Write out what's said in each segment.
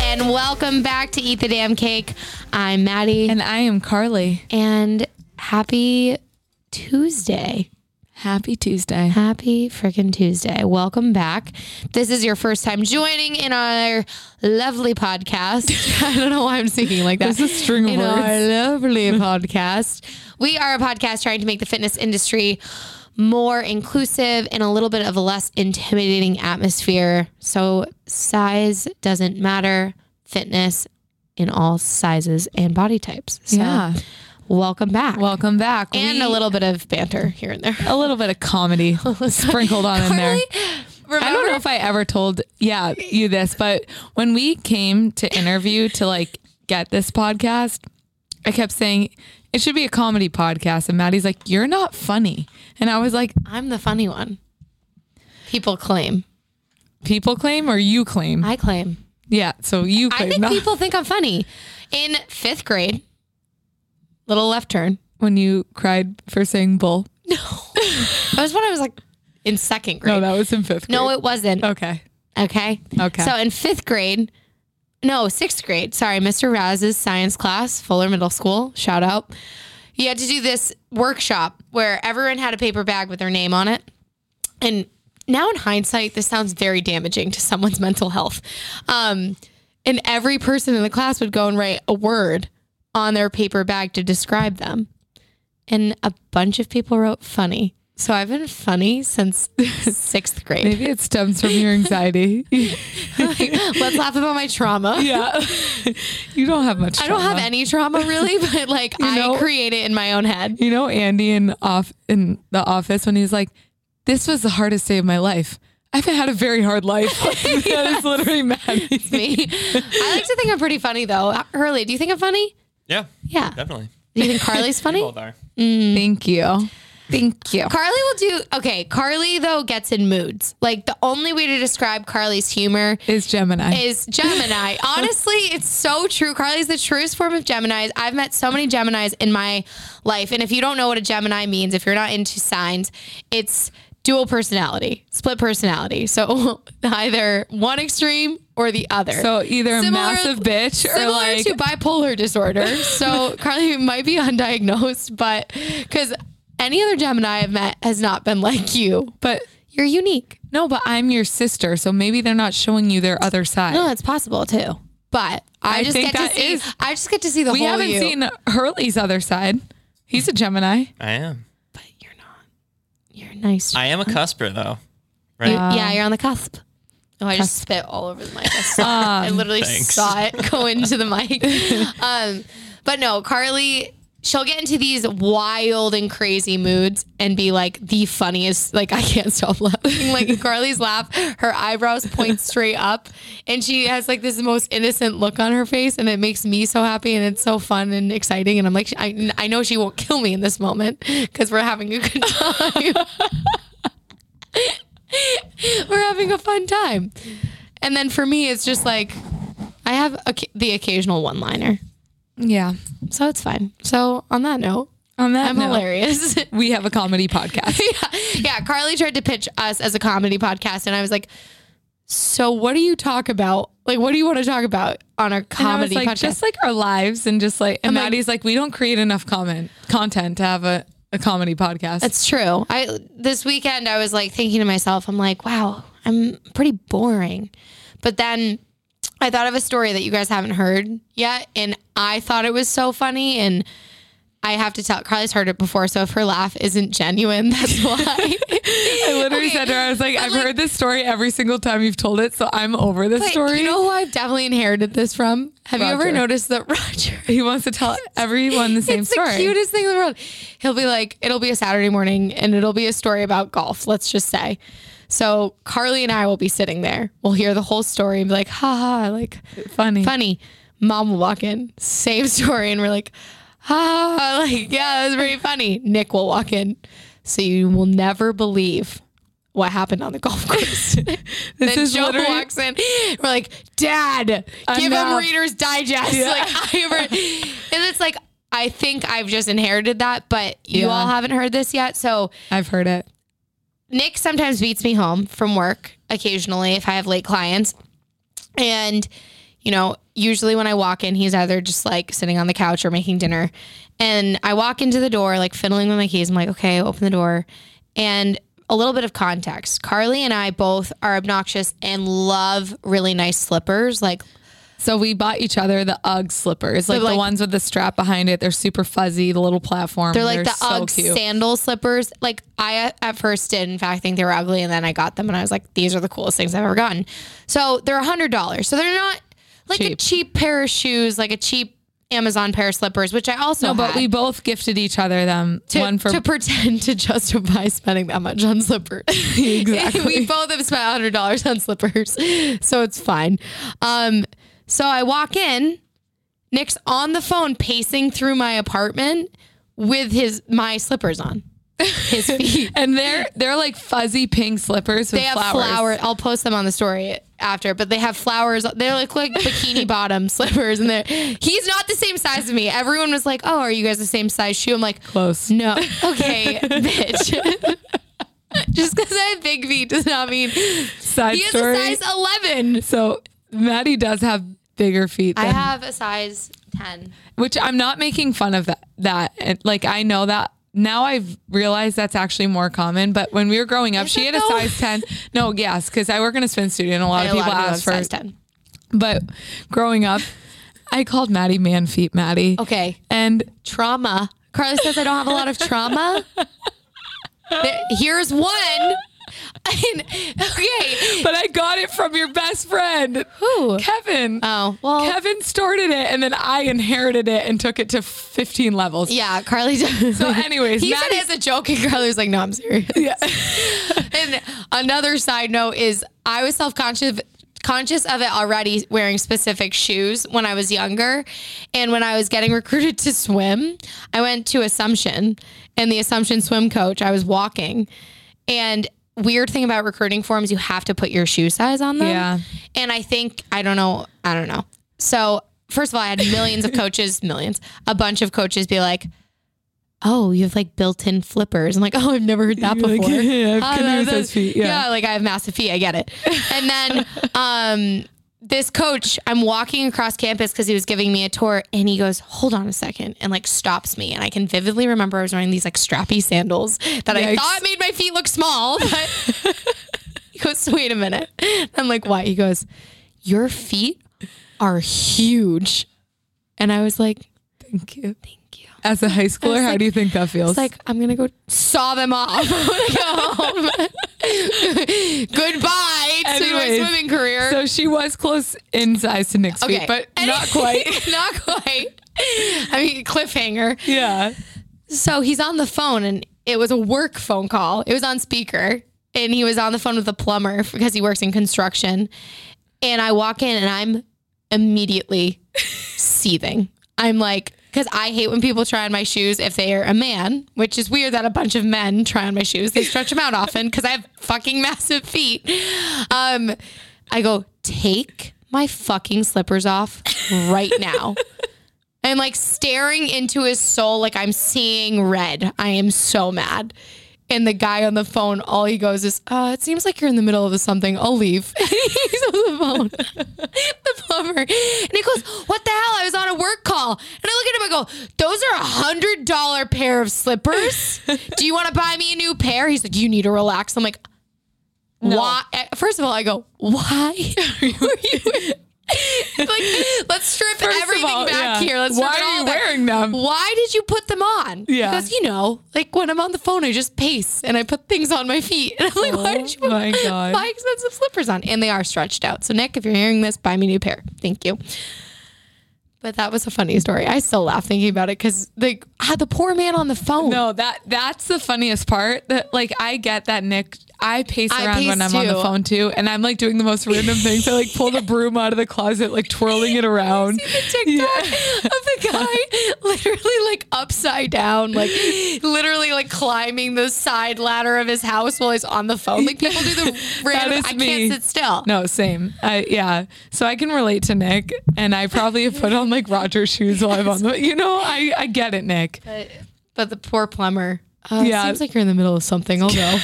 Welcome back to Eat the Damn Cake. I'm Maddie. And I am Carly. And happy Tuesday. Happy Tuesday. Happy freaking Tuesday. Welcome back. This is your first time joining in our lovely podcast. I don't know why I'm speaking like that. There's a string of in our words. lovely podcast. We are a podcast trying to make the fitness industry more inclusive and a little bit of a less intimidating atmosphere. So size doesn't matter. Fitness in all sizes and body types. So Yeah. welcome back. Welcome back. and We- a little bit of banter here and there. a little bit of comedy sprinkled on in there. Remember? I don't know if I ever told yeah, you this, but when we came to interview to like get this podcast, I kept saying it should be a comedy podcast and Maddie's like, "You're not funny." And I was like, I'm the funny one. People claim. "People claim or you claim?" I claim. yeah, so you I claim. think not- people think I'm funny. In fifth grade, little left turn. when you cried for saying bull. No. that was when I was like in second No, grade. No, that was in 5th grade. it wasn't. okay. Okay. Okay. So in fifth grade, no, sixth grade, sorry, Mr. Raz's science class, Fuller Middle School, shout out. He had to do this workshop where everyone had a paper bag with their name on it. And now in hindsight, this sounds very damaging to someone's mental health. Um, and every person in the class would go and write a word on their paper bag to describe them. And a bunch of people wrote funny. So I've been funny since sixth grade. Maybe it stems from your anxiety. Let's laugh about my trauma. yeah. you don't have much I don't have trauma. any trauma really, but like I know- create it in my own head. You know Andy in off in the office when he's like, "This was the hardest day of my life. I haven't had a very hard life." Like, That is literally mad. Me. I like to think I'm pretty funny though. Uh, Hurley, do you think I'm funny? Yeah, Yeah. definitely. Do you think Carly's We funny? both are. Thank you. Thank you. Carly will do okay. Carly though gets in moods. Like the only way to describe Carly's humor Is Gemini. is Gemini. Honestly, it's so true. Carly's the truest form of Geminis. I've met so many Geminis in my life. And if you don't know what a Gemini means, if you're not into signs, it's dual personality, split personality. So either one extreme or the other. so either a Similar- massive bitch or Similar like to bipolar disorder. So Carly might be undiagnosed, but because any other Gemini I've met has not been like you. but You're unique. no, but I'm your sister, so maybe they're not showing you their other side. No, Oh, it's possible too. But I, I just think get to that see. is- I just get to see the we whole haven't you. seen Hurley's other side. He's a Gemini. I am. But you're not. You're nice. I am a cusper though. You- Right? yeah, you're on the cusp. Um, Oh, I just spit all over the mic. I, saw it. I literally Thanks. saw it go into the mic. Um, but no, Carly, she'll get into these wild and crazy moods and be like the funniest. Like I can't stop laughing. Like Carly's laugh, her eyebrows point straight up, and she has like this most innocent look on her face, and it makes me so happy, and it's so fun and exciting. And I'm like, I, I know she won't kill me in this moment because we're having a good time. we're having a fun time. And then for me, it's just like I have oc the occasional one liner, Yeah. so it's fine. So on that note, On that I'm note, hilarious. we have a comedy podcast. yeah, Carly tried to pitch us as a comedy podcast, and I was like, "So what do you talk about? Like, what do you want to talk about on our And I was comedy like, podcast?" Just like our lives and just like and I'm like- Maddie's like, we don't create enough comment content to have a, a comedy podcast. That's true. I this weekend I was like thinking to myself, I'm like, wow, I'm pretty boring. But then I thought of a story that you guys haven't heard yet, and I thought it was so funny. And I have to tell Carly's heard it before, so if her laugh isn't genuine, that's why. I literally okay, said to her, I was like, I've like- heard this story every single time you've told it, so I'm over this But story. you know who I've definitely inherited this from? Have you ever Roger. noticed that Roger he wants to tell everyone the same it's story. the cutest thing in the world. He'll be like, it'll be a Saturday morning and it'll be a story about golf, let's just say. So Carly and I will be sitting there. We'll hear the whole story and be like, ha ha, like Funny. funny. Mom will walk in, same story, and we're like, ha, ha, like, yeah, that was pretty funny. Nick will walk in. So you will never believe what happened on the golf course. then is Joe literally- walks in. We're like, Dad, give him Enough. Reader's Digest. Like I ever, and it's like I think I've just inherited that, but you Yeah. all haven't heard this yet. So I've heard it. Nick sometimes beats me home from work occasionally if I have late clients, and you know, usually when I walk in, he's either just like sitting on the couch or making dinner. And I walk into the door, like fiddling with my keys. I'm like, okay, open the door. And a little bit of context Carly and I both are obnoxious and love really nice slippers. Like, So we bought each other the UGG slippers, like, like- the ones with the strap behind it. They're super fuzzy, the little platform. They're like the Um, so UGG cute. sandal slippers. Like I at- at first did in fact think they were ugly, and then I got them, and I was like, these are the coolest things I've ever gotten. So they're a hundred dollars. So they're not like a Cheap. cheap pair of shoes, like a cheap Amazon pair of slippers, which I also no, but had we both gifted each other them. to, one for to pretend to justify spending that much on slippers. Exactly. we both have spent hundred dollars on slippers, so it's fine. Um, so I walk in. Nick's on the phone, pacing through my apartment with his my slippers on. His feet. and they're they're like fuzzy pink slippers with they have flowers. flower. I'll post them on the story after, but they have flowers. They look like bikini bottom slippers, and they're. He's not the same size as me. Everyone was like, "Oh, are you guys the same size shoe?" I'm like, Close. no. Okay, bitch. Just because I have big feet does not mean he Side is story. a size 11. so Maddie does have bigger feet I than have a size 10. which I'm not making fun of that. That and like I know that now I've realized that's actually more common. But when we were growing up, Is she it had a though? size ten. No, yes, because I work in a spin studio and a lot And of people have ask for. size 10. But growing up, I called Maddie man feet Maddie. Okay, And trauma. Carly says I don't have a lot of trauma. There- here's one. And- okay. but I got it from your best friend, Who? Kevin. Oh, well. Kevin started it, and then I inherited it and took it to 15 levels. yeah, Carly does. So anyways, he said Maddie- it as a joke, and Carly was like, "No, I'm serious." Yeah. And another side note is I was self conscious conscious of it already wearing specific shoes when I was younger. And when I was getting recruited to swim, I went to Assumption and the Assumption swim coach, I was walking. And weird thing about recruiting forms, you have to put your shoe size on them. Yeah. And I think I don't know, I don't know. So first of all, I had millions of coaches, millions, a bunch of coaches be like, Oh, you have like built-in flippers. I'm like, oh, I've never heard that You're like, before. "Yeah, I've Oh, couldn't use that- those feet, yeah." like I have massive feet. I get it. And then um, this coach, I'm walking across campus because he was giving me a tour, and he goes, "Hold on a second, and like stops me. And I can vividly remember I was wearing these like strappy sandals that I Yikes. thought made my feet look small. But he goes, "Wait a minute." I'm like, "What?" He goes, "Your feet are huge," and I was like. Thank you. "Thank you." As a high schooler, how do you think that feels? It's like I'm gonna go saw them off. I'm gonna go home. Goodbye Anyways, to my swimming career. So she was close in size to Nick's feet, but not quite. not quite. I mean, cliffhanger. yeah. So he's on the phone, and it was a work phone call. It was on speaker, and he was on the phone with a plumber because he works in construction. And I walk in, and I'm immediately seething. I'm like, because I hate when people try on my shoes if they are a man, which is weird that a bunch of men try on my shoes. They stretch them out often because I have fucking massive feet. Um, I go, take my fucking slippers off right now. And like staring into his soul, like I'm seeing red. I am so mad. And the guy on the phone, all he goes is, uh, it seems like you're in the middle of something. I'll leave. He's on the phone. the plumber. And he goes, What the hell? I was on a work call. And I look at him and go, Those are a hundred dollar pair of slippers. Do you want to buy me a new pair? He's like, You need to relax. I'm like, Why? Eh, First of all, I go, Why are you like, let's strip First of everything all, back yeah. here. Let's Why strip it all are you back. wearing them? Why did you put them on? Yeah. Because you know, like when I'm on the phone, I just pace and I put things on my feet. And I'm like, why Oh did you put my God. my expensive slippers on? And they are stretched out. So Nick, if you're hearing this, buy me a new pair. Thank you. But that was a funny story. I still laugh thinking about it because like had the poor man on the phone. No, that that's the funniest part. That like I get that Nick. I pace I around pace when I'm on too. the phone too, and I'm like doing the most random things. I like pull the broom out of the closet, like twirling it around. TikTok of the guy literally like upside down, like literally like climbing the side ladder of his house while he's on the phone. Like people do the random. is I me. can't sit still. No, same. I yeah. So I can relate to Nick, and I probably have put on like Roger shoes while I'm on the. You know, I I get it, Nick. But, but the poor plumber. Uh, Yeah. Seems like you're in the middle of something. I'll go.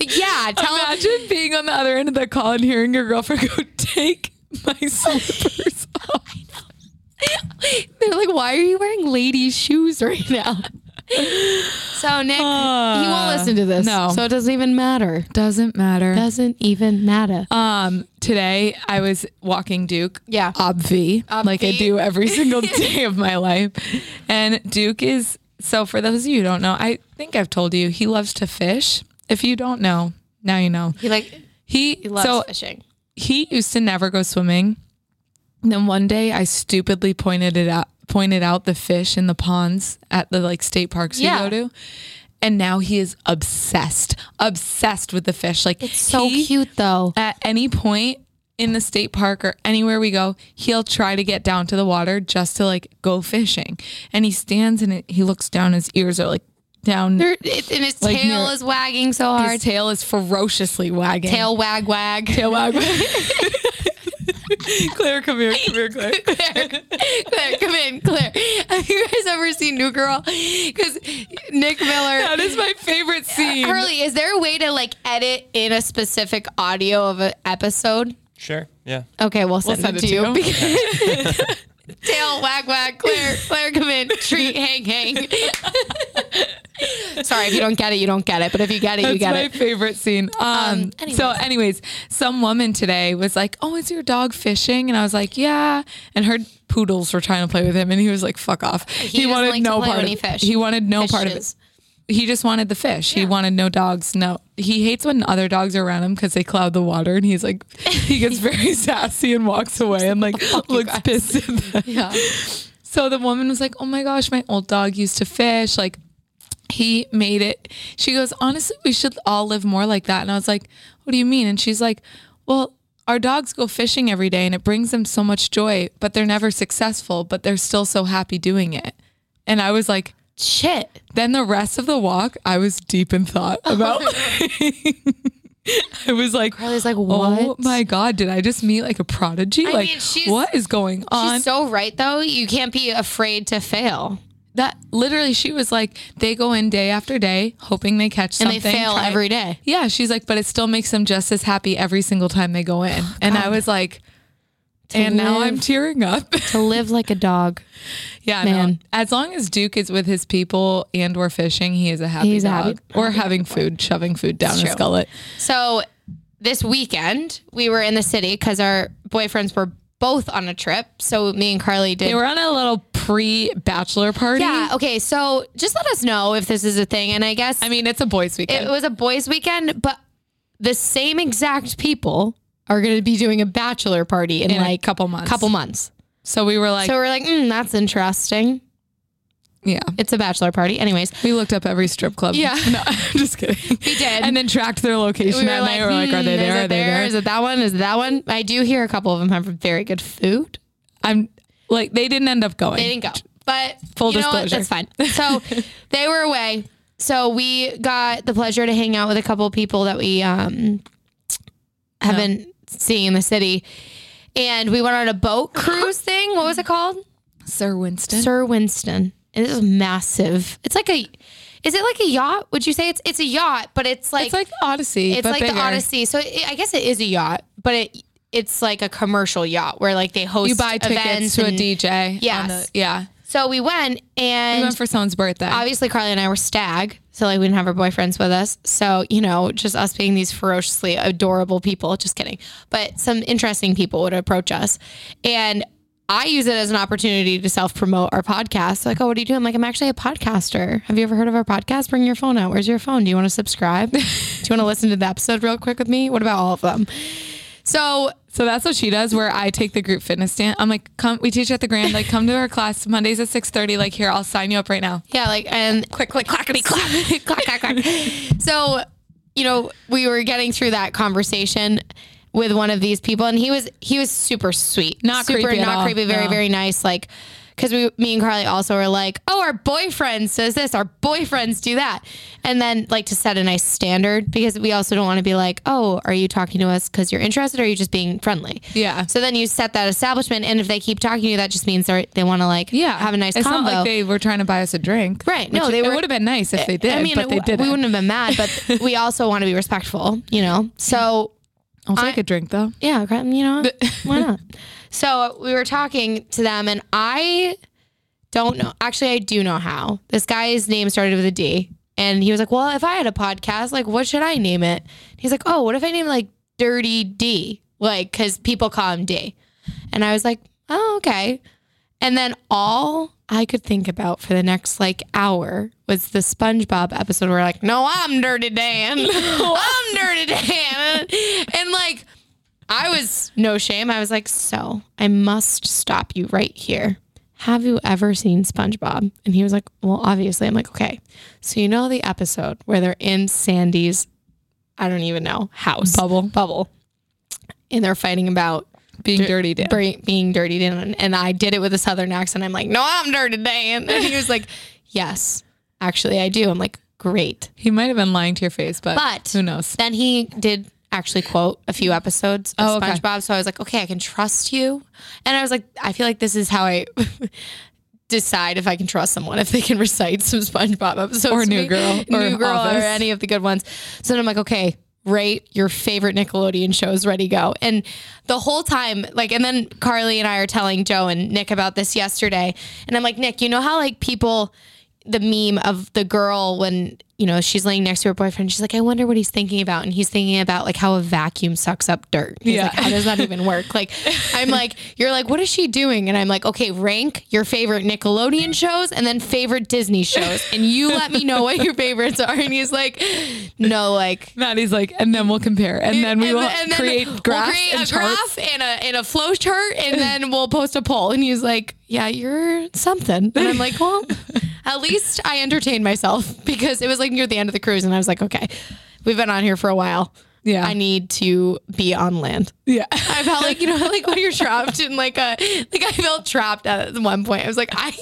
Like, yeah. Tell him. Imagine being on the other end of the call and hearing your girlfriend go, "Take my slippers." They're like, why are you wearing ladies' shoes right now? Uh, so Nick, he won't listen to this. no. So it doesn't even matter. Doesn't matter. Doesn't even matter. Um, today I was walking Duke. Yeah. Obvi, like I Obvi. do every single day of my life. And Duke is so for those of you who don't know, I think I've told you he loves to fish. If you don't know, now you know. he like He, he loves so fishing. he used to never go swimming. And then one day I stupidly pointed it out pointed out the fish in the ponds at the like state parks Yeah. we go to. And now he is obsessed, obsessed with the fish. Like It's so he- cute though. at any point in the state park or anywhere we go, he'll try to get down to the water just to like go fishing. And he stands and it, he looks down, his ears are like down. They're, it, and his Like tail near- is wagging so hard. His tail is ferociously wagging. tail wag wag. tail wag. Claire, come here, come here, Claire. Claire, Claire, come in, Claire. Have you guys ever seen New Girl? Because Nick Miller. That is my favorite Uh, scene. Hurley, is there a way to like edit in a specific audio of an episode? Sure. Yeah. Okay, we'll send, send it, it to you. to you. Because- Tail wag wag, Claire, Claire, come in, treat, hang, hang. Sorry, if you don't get it, you don't get it. But if you get it, you That's get my it. favorite scene. Um, so, anyways, some woman today was like, "Oh, is your dog fishing?" And I was like, "Yeah." And her poodles were trying to play with him, and he was like, "Fuck off." He, doesn't wanted like to no play part when of he it. fish- He wanted no part of it. Fishes. He just wanted the fish. He wanted no dogs. No, he hates when other dogs are around him because they cloud the water, and he's like, he gets very sassy and walks away and like looks pissed at them. Yeah. So the woman was like, "Oh my gosh, my old dog used to fish. Like, he made it." She goes, "Honestly, we should all live more like that." And I was like, "What do you mean?" And she's like, "Well, our dogs go fishing every day, and it brings them so much joy, but they're never successful, but they're still so happy doing it." And I was like, Shit. then the rest of the walk, I was deep in thought Oh about. I was like, Hurley's like, "Oh what? my god, did I just meet like a prodigy? I like, mean, she's- what is going on?" She's so right though. You can't be afraid to fail. that literally she was like they go in day after day hoping they catch And something they fail try- every day. yeah she's like but it still makes them just as happy every single time they go in and i was like and now i'm Um, live- tearing up To live like a dog. yeah no. Man. as long as duke is with his people and we're fishing he is a happy He's a dog happy- or having food shoving food down his true. gullet So this weekend we were in the city because our boyfriends were both on a trip. So me and Carly did. they were on a little pre-bachelor party yeah. Okay. So just let us know if this is a thing. And I guess i mean it's a boys weekend it was a boys' weekend, but the same exact people are going to be doing a bachelor party in, in like a couple months couple months. so we were like so we're like, mm, that's interesting. yeah It's a bachelor party, anyways. we looked up every strip club Yeah. no i'm just kidding We did. and then tracked their location we were and like, they were like, are they "Hmm, there? Is Are it they there? there? Is it that one? Is it that one? I do hear a couple of them have very good food. I'm like, they didn't end up going. They didn't go. But Full you know what? disclosure. That's fine. So they were away. So we got the pleasure to hang out with a couple of people that we um, have been seeing in the city. And we went on a boat cruise thing. What was it called? Sir Winston. Sir Winston. And this is massive. It's like a is it like a yacht? Would you say it's it's a yacht, but it's like it's like the Odyssey. it's but like bigger. the Odyssey. So it, I guess it is a yacht, but it it's like a commercial yacht where like they host You buy tickets events to a and- DJ. on Yes. the- yeah. So we went and We went for someone's birthday. obviously Carly and I were stag, so like we didn't have our boyfriends with us. So you know, just us being these ferociously adorable people. Just kidding, but some interesting people would approach us, and I use it as an opportunity to self promote our podcast. Like, oh, what do you do? I'm like, I'm actually a podcaster. Have you ever heard of our podcast? Bring your phone out. Where's your phone? Do you want to subscribe? do you want to listen to the episode real quick with me? What about all of them? So so that's what she does where I take the group fitness stand. I'm like, come, we teach at the Grand. Like, come to our class Mondays at 630. Like, here, I'll sign you up right now. Yeah, like and quick, quick, clackety clack, clack, clack, clack. So, you know, we were getting through that conversation with one of these people, and he was he was super sweet, Not super, creepy at not all, creepy, very no. very nice, like. Because we, me and Carly also were like, oh, our boyfriend says this, our boyfriends do that. And then, like, to set a nice standard, because we also don't want to be like, oh, are you talking to us because you're interested or are you just being friendly? Yeah. So then you set that establishment. And if they keep talking to you, that just means they're, they want to, like, Yeah. have a nice It's combo. not like they were trying to buy us a drink. Right. No, Which they it were- would have been nice if they did, Eh, I mean, but they w- didn't. we wouldn't have been mad, but we also want to be respectful, you know? So, I'll take a drink though. yeah, gra- you know, why not? So we were talking to them, and I don't know. Actually, I do know how. This guy's name started with a D, and he was like, "Well, if I had a podcast, like, what should I name it?" He's like, "Oh, what if I name it, like Dirty D, like, because people call him D." And I was like, "Oh, okay." And then all I could think about for the next like hour was the SpongeBob episode where like, no, I'm Dirty Dan. I'm Dirty Dan. And like, I was no shame. I was like, so I must stop you right here. Have you ever seen SpongeBob? And he was like, well, obviously. I'm like, okay. So you know the episode where they're in Sandy's, I don't even know, house Bubble. bubble, and they're fighting about Being dirty Dan. bra- being dirty Dan. And I did it with a Southern accent. I'm like, no, I'm dirty Dan. And he was like, yes, actually, I do. I'm like, great. He might have been lying to your face, but, But- who knows? Then he did actually quote a few episodes of Oh, okay. SpongeBob. So I was like, okay, I can trust you. And I was like, I feel like this is how I. Decide if I can trust someone if they can recite some SpongeBob episodes Or to New me. Girl, or New Girl, or Office. any of the good ones. So then I'm like, okay, rate your favorite Nickelodeon shows. Ready, go. And the whole time, like, and then Carly and I are telling Joe and Nick about this yesterday, and I'm like, Nick, you know how like people, the meme of the girl when you know she's laying next to her boyfriend, she's like, I wonder what he's thinking about, and he's thinking about like how a vacuum sucks up dirt. He's Yeah. like, how does that even work? Like, I'm like, you're like, what is she doing? And I'm like, okay, rank your favorite Nickelodeon shows and then favorite Disney shows, and you let me know what your favorites are. And he's like, no, like. Maddie's like, and then we'll compare, and then we and will th- and then create graphs we'll create and a charts. graph and a and a flow chart, and then we'll post a poll. And he's like, "Yeah, you're something." And I'm like, "Well, at least I entertained myself because it was like near the end of the cruise, and I was like, okay, we've been on here for a while. Yeah. I need to be on land." Yeah, I felt like you know, like when you're trapped in like a like I felt trapped at one point. I was like, I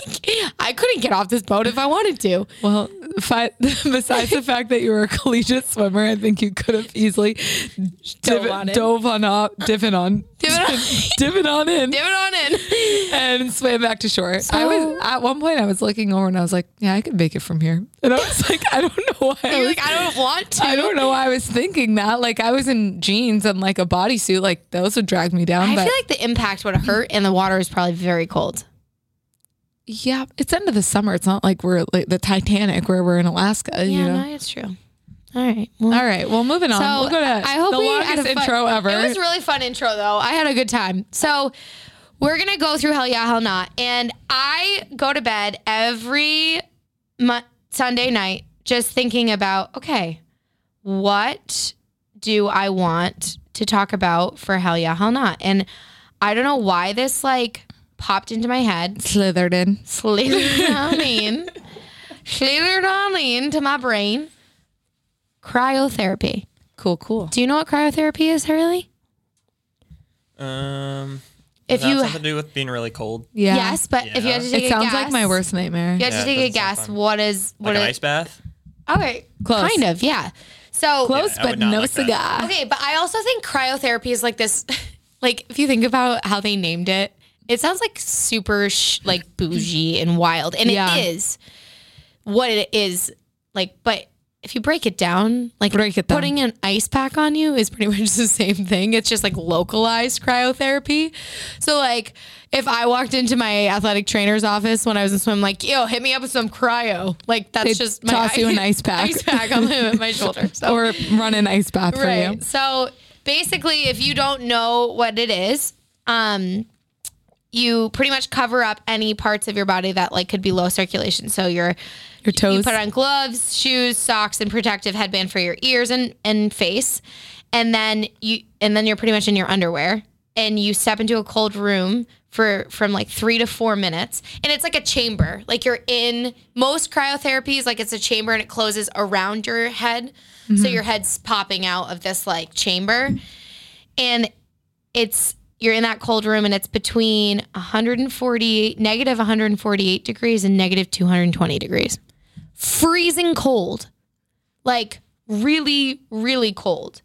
I couldn't get off this boat if I wanted to. Well, fi- besides the fact that you were a collegiate swimmer, I think you could have easily div- on in. dove on up, divin on, Divin on- divin on in, Give it on in. and swam back to shore. I was So- at one point, I was looking over and I was like, "Yeah, I could make it from here." And I was like, "I don't know why." I You're was, like, I don't want to. I don't know why I was thinking that. Like, I was in jeans and like a bodysuit. Like those would drag me down. I but feel like the impact would hurt, and the water is probably very cold. yeah, it's end of the summer. It's not like we're like the Titanic where we're in Alaska. you know. no, it's true. All right. Well, All right. Well, moving on. So we'll go to I hope the we had longest a fun, intro ever. It was a really fun intro though. I had a good time. So we're gonna go through hell yeah, hell not, and I go to bed every mo- Sunday night just thinking about okay, what do I want to talk about for hell yeah, hell not, and I don't know why this like popped into my head slithered in. slithered on in, slithered on into my brain. Cryotherapy. Cool, cool. Do you know what cryotherapy is, Hurley? Um, If if you you something to do with being really cold, Yeah. yes, but if you had to Yeah. take It a sounds guess, like my worst nightmare. You had Yeah, to it take a doesn't sound guess. fun. What is like what an is? ice bath. Okay, Close. kind of, yeah. So Close, Yeah, I but would not no like that. cigar. Okay, but I also think cryotherapy is like this. Like, if you think about how they named it, it sounds like super sh- like bougie and wild, and Yeah. it is what it is. Like, but if you break it down, like Break it down. putting an ice pack on you is pretty much the same thing. It's just like localized cryotherapy. So like. If I walked into my athletic trainer's office when I was in swim, like, yo, hit me up with some cryo. Like, that's They'd just toss you an ice pack. ice pack on my, my shoulder. So Or run an ice bath for you. right. So basically, if you don't know what it is, um, you pretty much cover up any parts of your body that like could be low circulation. So your Your toes. you put on gloves, shoes, socks, and protective headband for your ears and and face, and then you and then you're pretty much in your underwear, and you step into a cold room for from like three to four minutes, and it's like a chamber. Like you're in most cryotherapies, like it's a chamber and it closes around your head, so your head's popping out of this like chamber, and it's you're in that cold room and it's between 148 negative 148 degrees and negative 220 degrees freezing cold like really really cold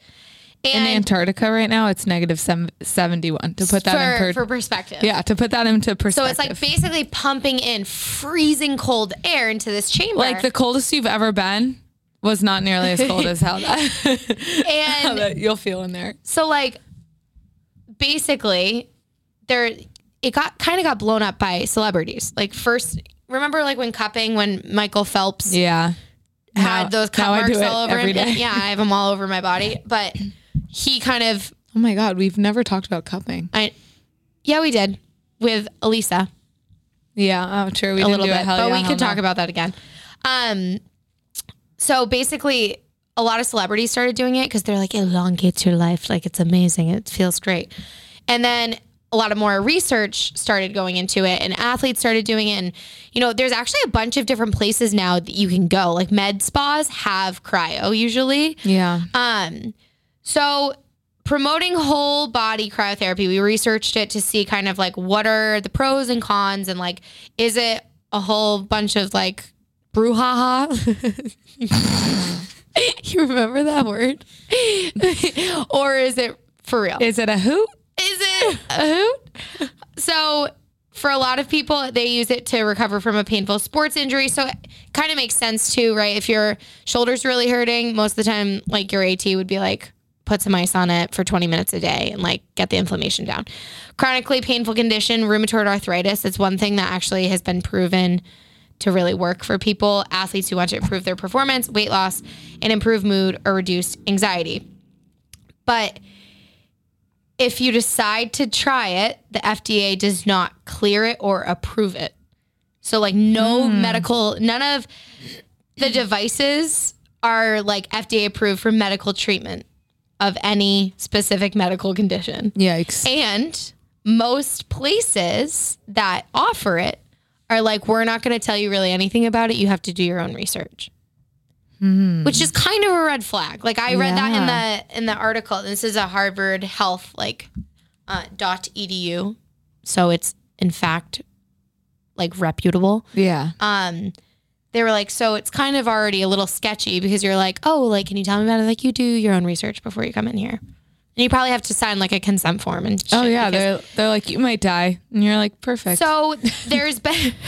in and Antarctica right now, it's negative seven- 71. To put that in for, per- for perspective yeah, to put that into so perspective. it's like basically pumping in freezing cold air into this chamber Like the coldest you've ever been was not nearly as cold as how that, and how that you'll feel in there. So like basically there it got kind of got blown up by celebrities. Like first remember like when cupping when Michael Phelps Yeah. had Now- those cut now I marks do it all over every him. day. Yeah, I have them all over my body. But he kind of Oh my God. We've never talked about cupping. I yeah, we did with Elisa Yeah. Oh, true. We a didn't little do bit, a hell but yeah, we hell could no. talk about that again. Um so basically a lot of celebrities started doing it cuz they're like it elongates your life like it's amazing. It feels great. And then a lot of more research started going into it and athletes started doing it and you know there's actually a bunch of different places now that you can go. Like med spas have cryo usually. Yeah. Um, so promoting whole body cryotherapy, we researched it to see kind of like what are the pros and cons, and like is it a whole bunch of like brouhaha? you remember that word, or is it for real? Is it a hoot? Is it a hoot? So, for a lot of people, they use it to recover from a painful sports injury. So, it kind of makes sense too, right? If your shoulder's really hurting, most of the time, like your AT would be like, put some ice on it for 20 minutes a day and like get the inflammation down. Chronically painful condition, rheumatoid arthritis, it's one thing that actually has been proven to really work for people, athletes who want to improve their performance, weight loss, and improve mood or reduce anxiety. But if you decide to try it, the FDA does not clear it or approve it. So like no medical, none of the devices are like FDA approved for medical treatment of any specific medical condition. Yikes. And most places that offer it are like, we're not going to tell you really anything about it. You have to do your own research, Hmm. which is kind of a red flag. Like I read that in the in the article. and This is a Harvard Health like uh, dot edu, so it's in fact like reputable yeah. um, they were like, so it's kind of already a little sketchy because you're like, oh, like, can you tell me about it? Like, you do your own research before you come in here, and you probably have to sign like a consent form and. Shit oh yeah. because- They're they're like you might die, and you're like perfect. so there's been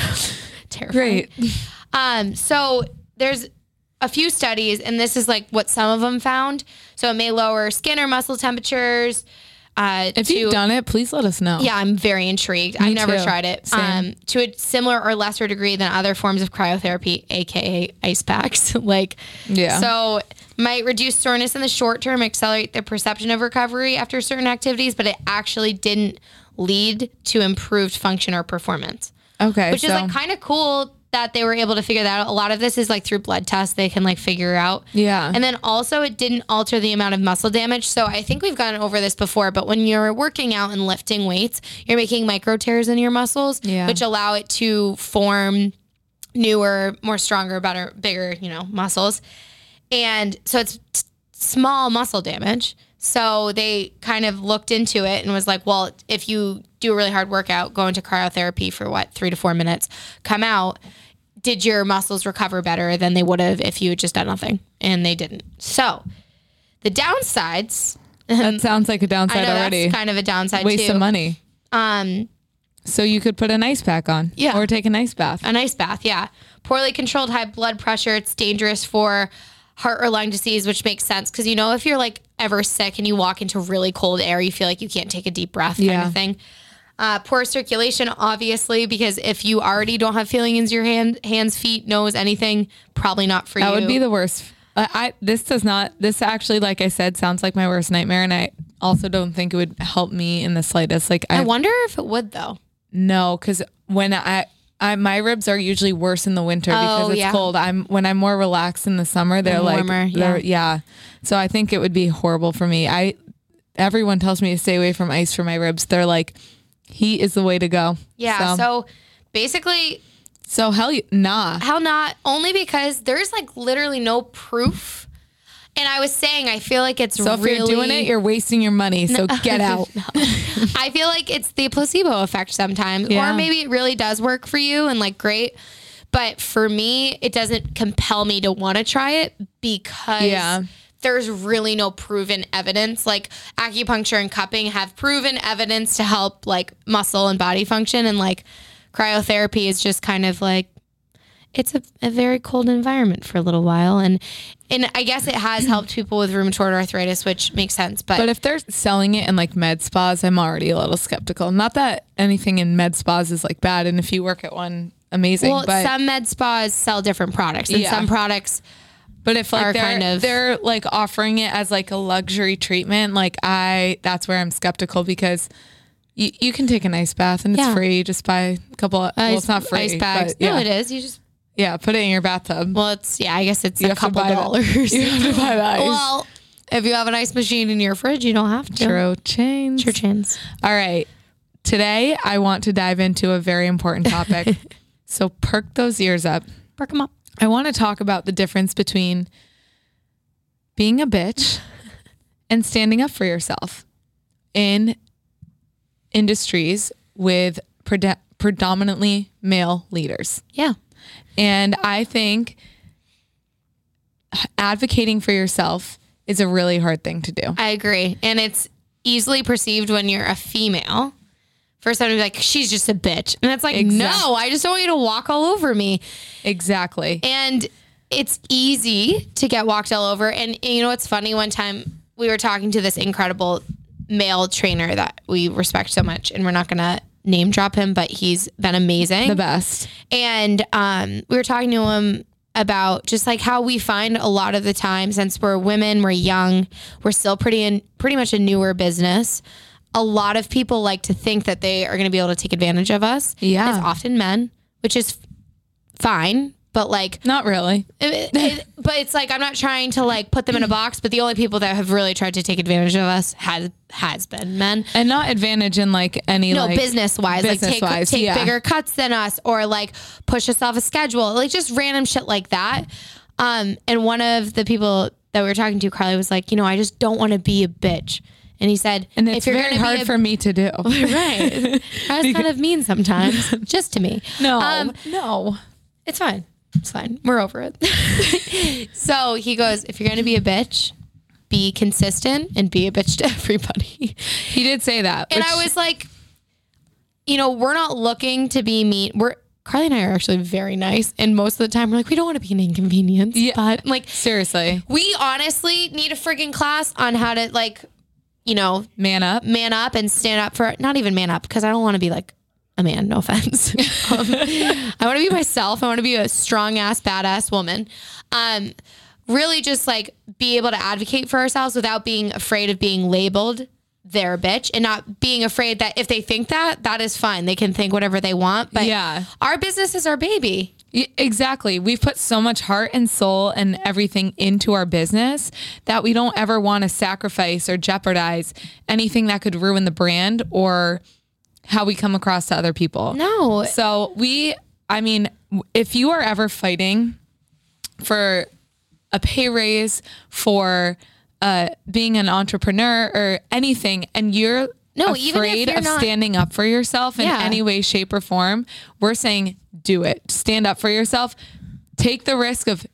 terrifying. great. Um, so there's a few studies, and this is like what some of them found. So it may lower skin or muscle temperatures. Uh, If you've done it, please let us know. Yeah, I'm very intrigued. I've never too. tried it. Same. Um, to a similar or lesser degree than other forms of cryotherapy, aka ice packs. like, Yeah. So might reduce soreness in the short term, accelerate the perception of recovery after certain activities, but it actually didn't lead to improved function or performance, Okay. which so, is like kind of cool that they were able to figure that out. A lot of this is like through blood tests they can like figure out. yeah. And then also, it didn't alter the amount of muscle damage. So I think we've gone over this before, but when you're working out and lifting weights, you're making micro tears in your muscles, Yeah. which allow it to form newer, more stronger, better, bigger, you know, muscles. And so it's t- small muscle damage. So they kind of looked into it and was like, well, if you do a really hard workout, go into cryotherapy for what, three to four minutes, come out, did your muscles recover better than they would have if you had just done nothing? And they didn't. So the downsides, that sounds like a I downside know already. that's kind of a downside Waste too. of money. Um, So you could put an ice pack on. Yeah. Or take an ice bath. an ice bath, yeah. Poorly controlled high blood pressure. It's dangerous for heart or lung disease, which makes sense because you know if you're like ever sick and you walk into really cold air, you feel like you can't take a deep breath, kind Yeah. of thing. Uh, poor circulation, obviously, because if you already don't have feelings in your hand, hands, feet, nose, anything, probably not for That you. would be the worst. I, I this does not this actually like I said sounds like my worst nightmare and I also don't think it would help me in the slightest. Like I I wonder if it would though. No, because when I, I my ribs are usually worse in the winter because Oh, it's yeah. cold. I'm when I'm more relaxed in the summer, they're And like warmer, they're- yeah. So I think it would be horrible for me. I everyone tells me to stay away from ice for my ribs. They're like heat is the way to go. Yeah. So so, So, basically, hell y- nah. how not? Only because there's like literally no proof. And I was saying, I feel like it's So if really. you're doing it, you're wasting your money. So get out. I feel like it's the placebo effect sometimes, Yeah. or maybe it really does work for you and like great. But for me, it doesn't compel me to want to try it because Yeah. there's really no proven evidence. Like acupuncture and cupping have proven evidence to help like muscle and body function, and like cryotherapy is just kind of like it's a, a very cold environment for a little while and and I guess it has helped people with rheumatoid arthritis, which makes sense. But, But if they're selling it in like med spas, I'm already a little skeptical. Not that anything in med spas is like bad, and if you work at one, amazing. well, but some med spas sell different products, and Yeah. some products but if like are they're kind of- they're like offering it as like a luxury treatment, like I that's where I'm skeptical because you, you can take an ice bath and it's Yeah. free. You just buy a couple. well, it's not free. ice bags. but yeah, No, it is. You just yeah. Put it in your bathtub. well, it's yeah. I guess it's You a have to couple buy the- dollars. you have to buy the ice. well, if you have an ice machine in your fridge, you don't have to. Throw change. It's your chance. All right. Today I want to dive into a very important topic. so perk those ears up. Perk 'em up. I want to talk about the difference between being a bitch and standing up for yourself in industries with prede- predominantly male leaders. Yeah. And I think advocating for yourself is a really hard thing to do. I agree. And it's easily perceived when you're a female for someone to be like, she's just a bitch. And it's like, no, Exact- I just don't want you to walk all over me. Exactly. And it's easy to get walked all over. And, and you know what's funny? One time we were talking to this incredible male trainer that we respect so much, and we're not going to name drop him, but he's been amazing. The best. And um, we were talking to him about just like how we find a lot of the time, since we're women, we're young, we're still pretty in pretty much a newer business. A lot of people like to think that they are going to be able to take advantage of us. Yeah. it's often men, which is fine, but like Not really. it- it- but it's like I'm not trying to like put them in a box, but the only people that have really tried to take advantage of us has has been men. And not advantage in like any No, like business wise, like take, business-wise, take yeah. bigger cuts than us or like push us off a schedule, like just random shit like that. Um, and one of the people that we were talking to, Carly, was like, you know, I just don't want to be a bitch. And he said, And it's if you're very gonna hard be a, for me to do. right, I was kind of mean sometimes, just to me. No, Um, no. It's fine. It's fine. We're over it. so he goes, if you're going to be a bitch, be consistent and be a bitch to everybody. He did say that. And which- I was like, you know, we're not looking to be mean. We're, Carly and I are actually very nice. And most of the time, we're like, we don't want to be an inconvenience. Yeah. But like, seriously, we honestly need a friggin' class on how to, like, you know, man up. man up and stand up for not even man up because I don't want to be like a man. No offense. um, I want to be myself. I want to be a strong ass, badass woman. Um, really, just like be able to advocate for ourselves without being afraid of being labeled their bitch and not being afraid that if they think that that is fine they can think whatever they want but Yeah. our business is our baby Y- Exactly. We've put so much heart and soul and everything into our business that we don't ever want to sacrifice or jeopardize anything that could ruin the brand or how we come across to other people. no So we, I mean, if you are ever fighting for a pay raise, for uh, being an entrepreneur or anything, and you're No, even if afraid you're of not- standing up for yourself in Yeah. any way, shape, or form, we're saying do it. Stand up for yourself. Take the risk of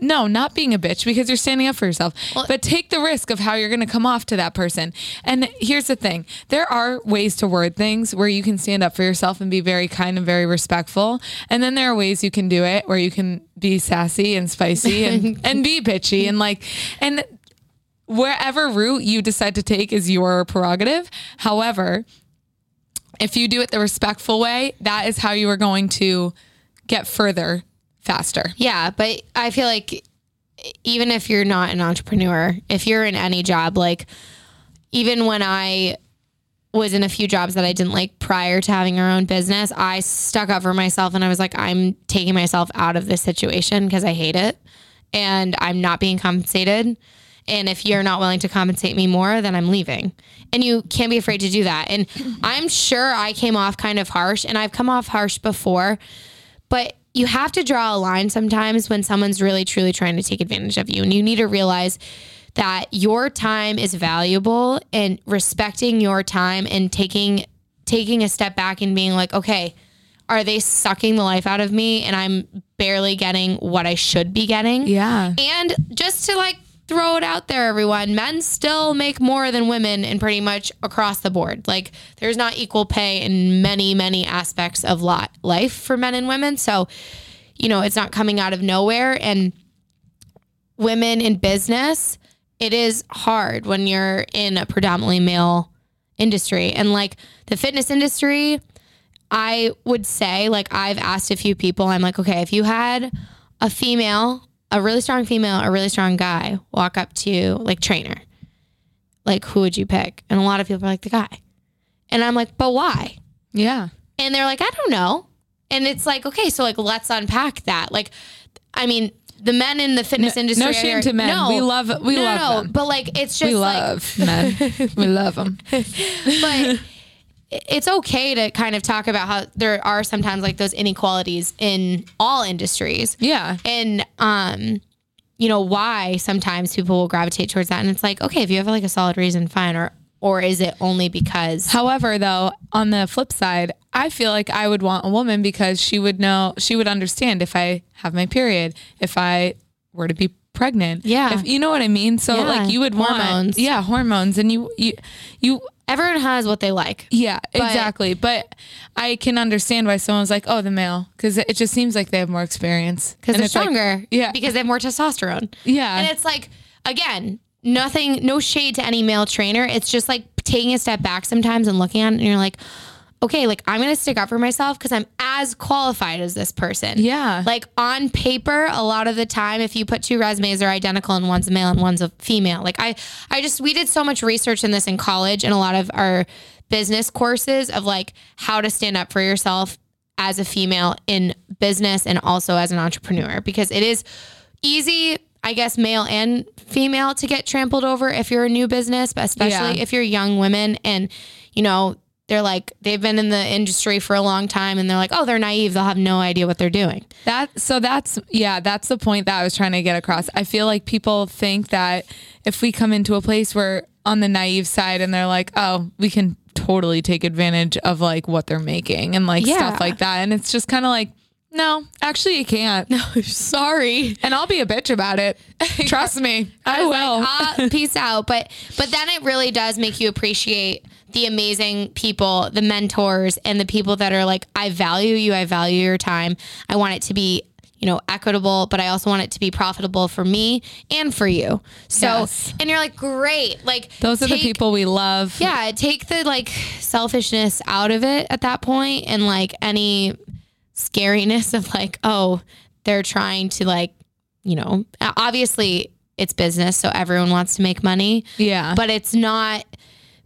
no, not being a bitch because you're standing up for yourself, but take the risk of how you're going to come off to that person. And here's the thing there are ways to word things where you can stand up for yourself and be very kind and very respectful. And then there are ways you can do it where you can be sassy and spicy and, and be bitchy and like, and wherever route you decide to take is your prerogative. However, if you do it the respectful way, that is how you are going to get further faster. Yeah, but I feel like even if you're not an entrepreneur, if you're in any job, like even when I was in a few jobs that I didn't like prior to having our own business, I stuck up for myself and I was like, I'm taking myself out of this situation because I hate it and I'm not being compensated. And if you're not willing to compensate me more, then I'm leaving. And you can't be afraid to do that. And I'm sure I came off kind of harsh and I've come off harsh before, but you have to draw a line sometimes when someone's really truly trying to take advantage of you. And you need to realize that your time is valuable and respecting your time and taking taking a step back and being like, okay, are they sucking the life out of me and I'm barely getting what I should be getting? Yeah. And just to like throw it out there, everyone, men still make more than women and pretty much across the board. Like there's not equal pay in many, many aspects of lot life for men and women. So you know, it's not coming out of nowhere. And women in business, it is hard when you're in a predominantly male industry. And like the fitness industry, I would say, like, I've asked a few people, I'm like, okay, if you had a female, a really strong female, a really strong guy walk up to you, like, trainer, like, who would you pick? And a lot of people are like, the guy. And I'm like, but why? Yeah. And they're like, I don't know. And it's like, okay, so like, let's unpack that. Like, I mean, the men in the fitness industry. No are- shame to men. No, We love we no, love no, them. But like, it's just We like, love men. we love them. but it's okay to kind of talk about how there are sometimes like those inequalities in all industries Yeah. and um you know why sometimes people will gravitate towards that and it's like okay if you have like a solid reason fine or or is it only because However, though, on the flip side, I feel like I would want a woman because she would know, she would understand if I have my period, if I were to be pregnant. Yeah. If, you know what I mean? So Yeah. like you would Hormones. want Yeah, hormones and you you you everyone has what they like yeah, exactly. But I can understand why someone's like, "Oh, the male," cuz it just seems like they have more experience because And they're it's like- stronger yeah. because they have more testosterone yeah. and it's like again nothing no shade to any male trainer it's just like taking a step back sometimes and looking at it and you're like okay like i'm gonna stick up for myself because i'm as qualified as this person Yeah. like on paper a lot of the time if you put two resumes they're identical and one's a male and one's a female like i i just we did so much research in this in college and a lot of our business courses of like how to stand up for yourself as a female in business and also as an entrepreneur because it is easy i guess male and female to get trampled over if you're a new business but especially Yeah. if you're young women and you know they're like they've been in the industry for a long time and they're like oh they're naive they'll have no idea what they're doing That so that's yeah, that's the point that I was trying to get across. I feel like people think that if we come into a place where on the naive side and they're like, "Oh, we can totally take advantage of like what they're making and like Yeah. stuff like that." And it's just kind of like, "No, actually you can't." sorry And I'll be a bitch about it. Trust me. I, will. Oh. uh, peace out but but then it really does make you appreciate the amazing people the mentors and the people that are like i value you i value your time i want it to be you know equitable but i also want it to be profitable for me and for you so Yes. and you're like great like Those are the take- people we love. yeah take the like selfishness out of it at that point and like any scariness of like oh they're trying to like you know o- obviously it's business so everyone wants to make money Yeah. but it's not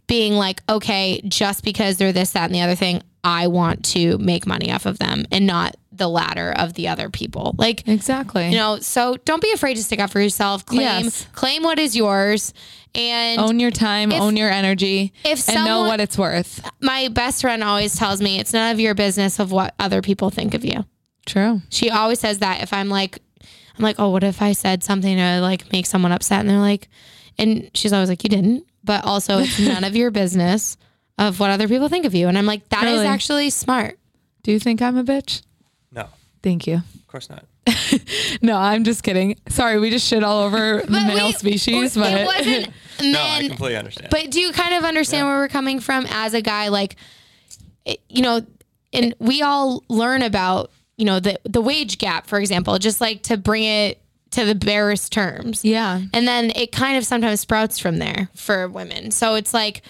being like okay just because they're this that and the other thing i want to make money off of them and not the latter of the other people like exactly. you know so don't be afraid to stick up for yourself claim Yes. claim what is yours and own your time, own your energy, if and know someone- what it's worth. my best friend always tells me it's none of your business of what other people think of you. True. She always says that if I'm like, I'm like, oh, what if I said something to like make someone upset? And they're like, and she's always like, you didn't. But also, it's none of your business of what other people think of you. And I'm like, that is Really? actually smart. Do you think I'm a bitch? No, Thank you. of course not. No, I'm just kidding. Sorry, we just shit all over the But male we- species, but it wasn't. And No, I then- completely understand. but do you kind of understand where we're coming from as a guy? Like, it- you know, and we all learn about you know the the wage gap, for example, just like to bring it to the barest terms. yeah, And then it kind of sometimes sprouts from there for women. So it's like,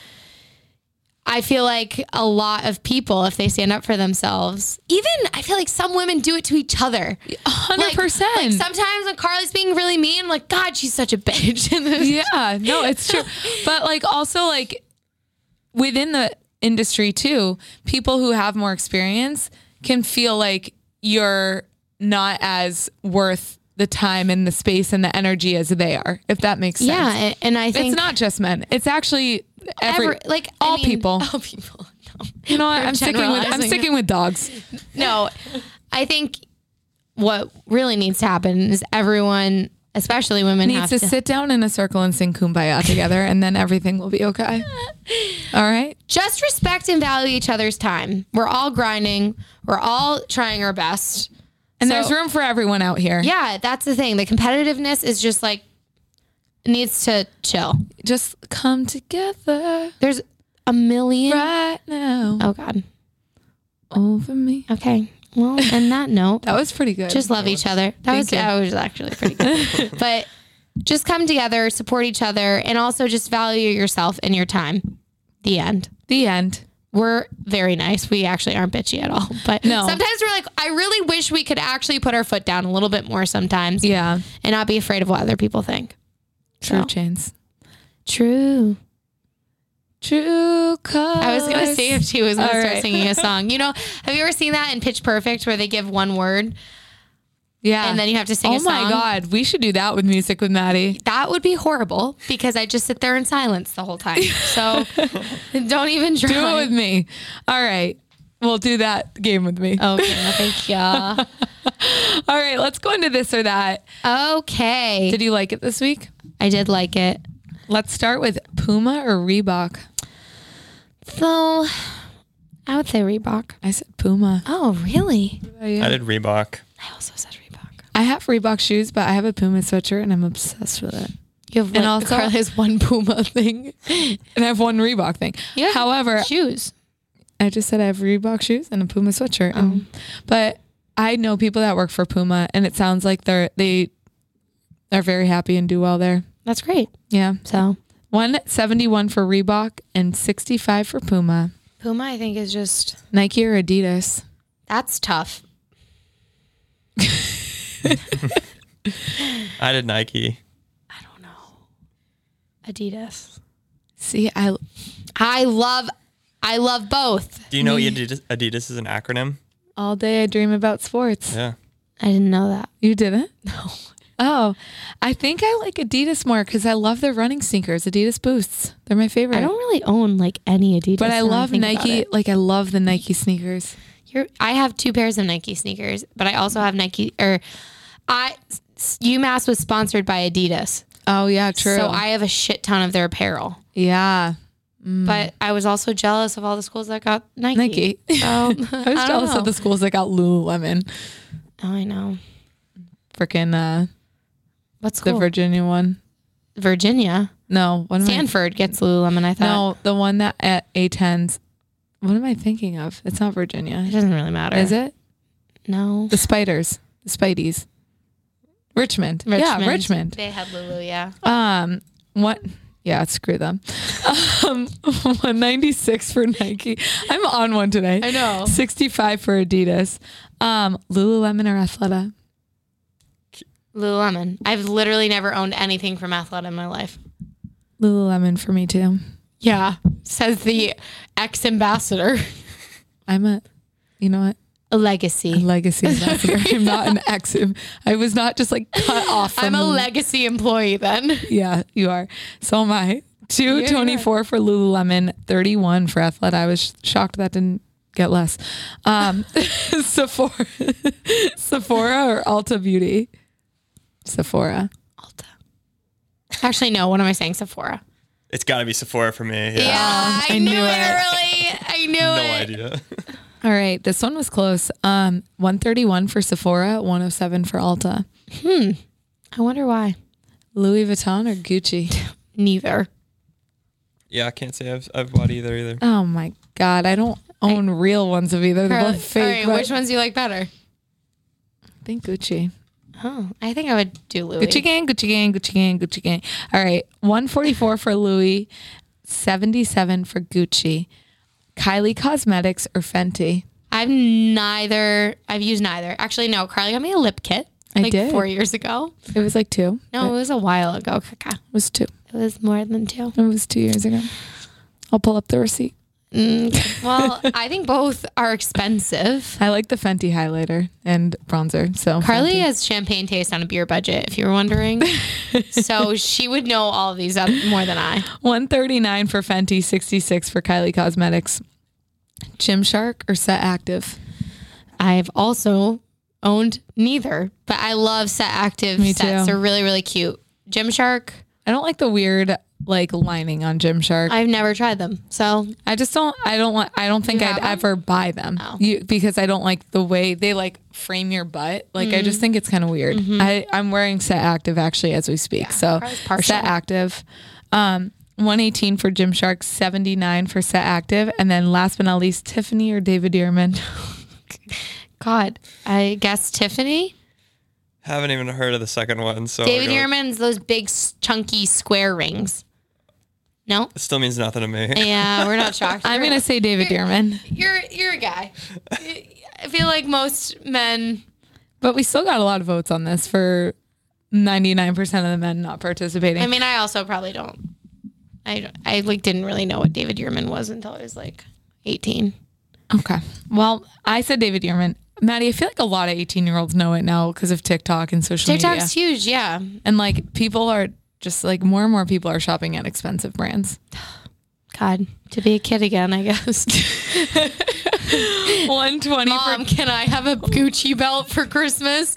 I feel like a lot of people, if they stand up for themselves, even I feel like some women do it to each other. hundred Like- Like percent. sometimes when Carly's being really mean, I'm like, God, she's such a bitch. And then- yeah, no, it's true. But like, also like within the industry too, people who have more experience can feel like you're not as worth the time and the space and the energy as they are. If that makes sense. yeah. And, and I think It's not just men. It's actually every, Every- like I all mean, people. All people. You know what? I'm sticking with I'm generalizing. sticking with dogs. No, I think what really needs to happen is everyone, especially women, needs have to, to sit down in a circle and sing kumbaya together and then everything will be okay all right just respect and value each other's time. We're all grinding. We're all trying our best. and So- there's room for everyone out here Yeah, that's the thing. The competitiveness is just like needs to chill. just come together There's a million. right now Oh God. over me Okay. Well, and that note, That was pretty good. just love each other. That was you. that was actually pretty good. but just come together, support each other, and also just value yourself and your time. The end. the end. We're very nice. We actually aren't bitchy at all. But No. sometimes we're like, I really wish we could actually put our foot down a little bit more sometimes Yeah. and not be afraid of what other people think. True So. chains. True. True colors. I was gonna see if she was gonna All start right. singing a song. You know, have you ever seen that in Pitch Perfect where they give one word Yeah. and then you have to sing Oh a song? my God. We should do that with music with Maddie. That would be horrible because I just sit there in silence the whole time. So don't even try. Do it with me. All right. We'll do that game with me. okay, thank you. All right. Let's go into this or that. Okay, Did you like it this week? I did like it. Let's start with Puma or Reebok. So I would say Reebok. I said Puma. Oh, really? I did Reebok. I also said Reebok. I have Reebok shoes, but I have a Puma sweatshirt and I'm obsessed with it. You have And one, also- Carla has one Puma thing. And I have one Reebok thing. Yeah. However, Shoes. I just said I have Reebok shoes and a Puma sweatshirt. And- But I know people that work for Puma, and it sounds like they're they are very happy and do well there. That's great. Yeah, So one seventy one for Reebok and sixty five for Puma. Puma, I think is just Nike or Adidas? that's tough. I did Nike. I don't know. Adidas. See, I I love I love both. Do you know Mm-hmm. Adidas, Adidas is an acronym? all day I dream about sports. Yeah. I didn't know that. You didn't? No. Oh, I think I like Adidas more because I love their running sneakers, Adidas Boosts. They're my favorite. I don't really own like any Adidas. but I now that love think about Nike. it. Like I love the Nike sneakers. You're, I have two pairs of Nike sneakers, but I also have Nike or I s- UMass was sponsored by Adidas, Oh yeah, true. so I have a shit ton of their apparel. yeah. But I was also jealous of all the schools that got Mm. Nike. Nike. Oh, So I was I was jealous of the schools that got Lululemon. Oh, I know. Freaking uh, What the school? Virginia one. Virginia. No, Mm. one of my, Stanford gets Lululemon. I thought. no, the one that at A10s. What am I thinking of? It's not it Virginia. doesn't really matter. Is it? No. The Spiders. The Spideys. Richmond. Yeah, Richmond. They had Lulu, yeah. Um, what? Yeah, screw them. Um, 196 for Nike. I'm on one today. I know. 65 for Adidas. Um, Lululemon or Athleta? Lululemon. I've literally never owned anything from Athleta in my life. Lululemon for me too. Yeah, says the ex ambassador. I'm a, you know what? A legacy. legacy ambassador. I'm not an ex. I was not just like cut off. From I'm a legacy employee then. yeah, you are. So am I. Two twenty four for Lululemon, thirty one for Athleta. I was shocked that didn't get less. Um, Sephora, Sephora or Ulta Beauty. Sephora. Alta. Actually, no. What am I saying? Sephora. It's got to be Sephora for me. Yeah. Yeah, I, I knew, knew it. early. it. I knew No it. idea. All right, this one was close. Um, one thirty one for Sephora, one oh seven for Ulta. I wonder why. Louis Vuitton or Gucci. Neither. yeah, I can't say I've, I've bought either either. Uh. Oh my god, I don't own real ones of either. They're Carla- both fake. all but right, which ones do you like better? I think Gucci. Oh, I think I would do Louis. Gucci gang, Gucci gang, Gucci gang, Gucci gang. All right, 144 for Louis, 77 for Gucci. Kylie Cosmetics or Fenty? I've neither. I've used neither. Actually, no. Carly got me a lip kit. I like did. four years ago. It was like two. No, it was a while ago. Kaka. It was two. It was more than two. It was two years ago. I'll pull up the receipt. Well, I think both are expensive. I like the Fenty highlighter and bronzer. So Carly Fenty. has champagne taste on a beer budget, if you were wondering. so she would know all of these up more than I. 139 for Fenty, 66 for Kylie Cosmetics. Gymshark or Set Active? I've also owned neither, but I love Set Active Me sets. too. They're really, really cute. Gymshark, I don't like the weird like lining on Gymshark. I've never tried them. So I just don't. I don't want. I don't think You I'd have 'em? Oh. ever buy them you, because I don't like the way they like frame your butt. Like I Mm. just think it's kind of weird. I I'm wearing Set Active actually as we speak. so Mm-hmm. probably partial. Set Active, um, 118 for Gymshark, 79 for Set Active, and then last but not least, Tiffany or David Ehrman. God, I guess Tiffany. Haven't even heard of the second one. So we're David gonna- Ehrman's those big s- chunky square rings. No. It still means nothing to me. Yeah, we're not shocked. I'm gonna say David Dearman, You're you're a guy. I feel like most men. but we still got a lot of votes on this for 99% of the men not participating. I mean, I also probably don't. I don't- I like didn't really know what David Ehrman was until I was like 18. okay. Well, I said David Dearman. Maddie, I feel like a lot of 18 year olds know it now because of TikTok and social media. TikTok's huge, yeah. And like people are just like more and more people are shopping at expensive brands. God, to be a kid again, I guess. 120 Mom, can I have a Gucci belt for Christmas?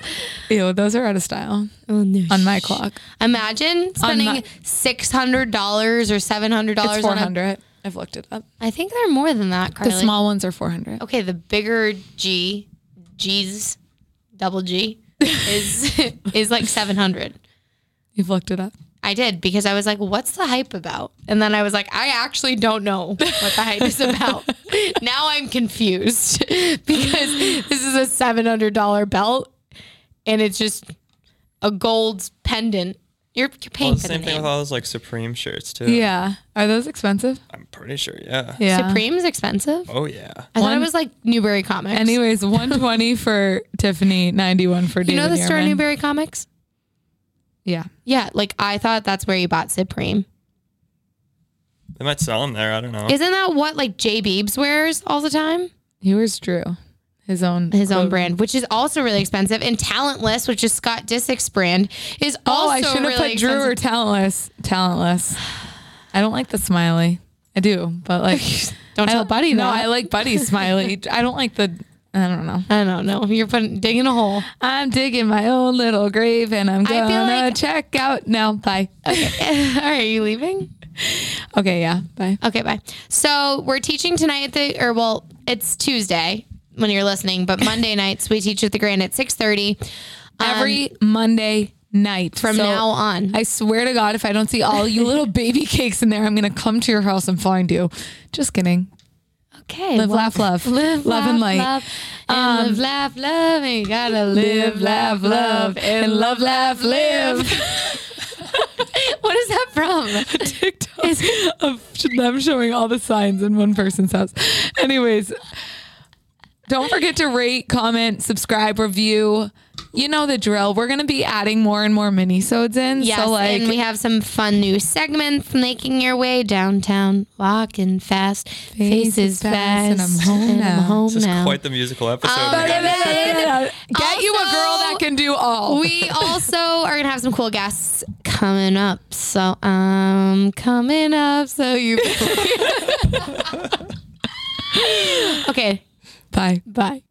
for ew, those are out of style Oh no. on my clock. Imagine spending my- $600 or $700 It's on a 400. I've looked it up. I think they're more than that, Carly. The small ones are 400. okay, the bigger G, G's, double G, is is like seven hundred. You've looked it up. I did because I was like, "What's the hype about?" And then I was like, "I actually don't know what the hype is about." now I'm confused because this is a seven hundred dollar belt, and it's just a gold pendant. You're, you're paying Well, for same the thing name. with all those like Supreme shirts too. Yeah. Are those expensive? I'm pretty sure. Yeah. Yeah. Supreme's expensive. Oh yeah. I thought it One- was like Newberry Comics. Anyways, 120 for Tiffany, 91 for you David. know the store Ehrman. Newberry Comics? Yeah. Yeah, like I thought that's where you bought Supreme. They might sell them there. I don't know. Isn't that what like Jay Beebs wears all the time? He wears Drew, his own His own clothing. brand, which is also really expensive. And Talentless, which is Scott Disick's brand, is Oh, also I should have really put Drew or expensive. Talentless. Talentless. I don't like the smiley. I do, but like Don't I tell don't- Buddy No, that. I like Buddy smiley. I don't like the. I don't know. I don't know. You're putting digging a hole. I'm digging my own little grave, and I'm feel gonna like- check out now. Bye. Okay. All right, are you leaving? Okay, yeah, bye. Okay, bye. So we're teaching tonight at the or well, it's Tuesday when you're listening, but Monday nights we teach at the Grand at six thirty. Um, Every Monday night from So now on. I swear to God, if I don't see all you little baby cakes in there, I'm gonna come to your house and find you. Just kidding. okay. Live, well- laugh, love. Live, love, and laugh, light. Um, love, and live, laugh, love, and you gotta live, laugh, love, and love, laugh, live. What is that from? TikTok of them showing all the signs in one person's house. Anyways, don't forget to rate, comment, subscribe, review. You know the drill. We're gonna be adding more and more mini-sodes in. Yes, so like, and we have some fun new segments making your way downtown, walking fast, faces, fast, fast, and I'm home and now. I'm home This is now. quite the musical episode. Um, we got. get you a girl that can do all. we also are gonna have some cool guests coming up. So um coming up. So you Okay. Bye. Bye.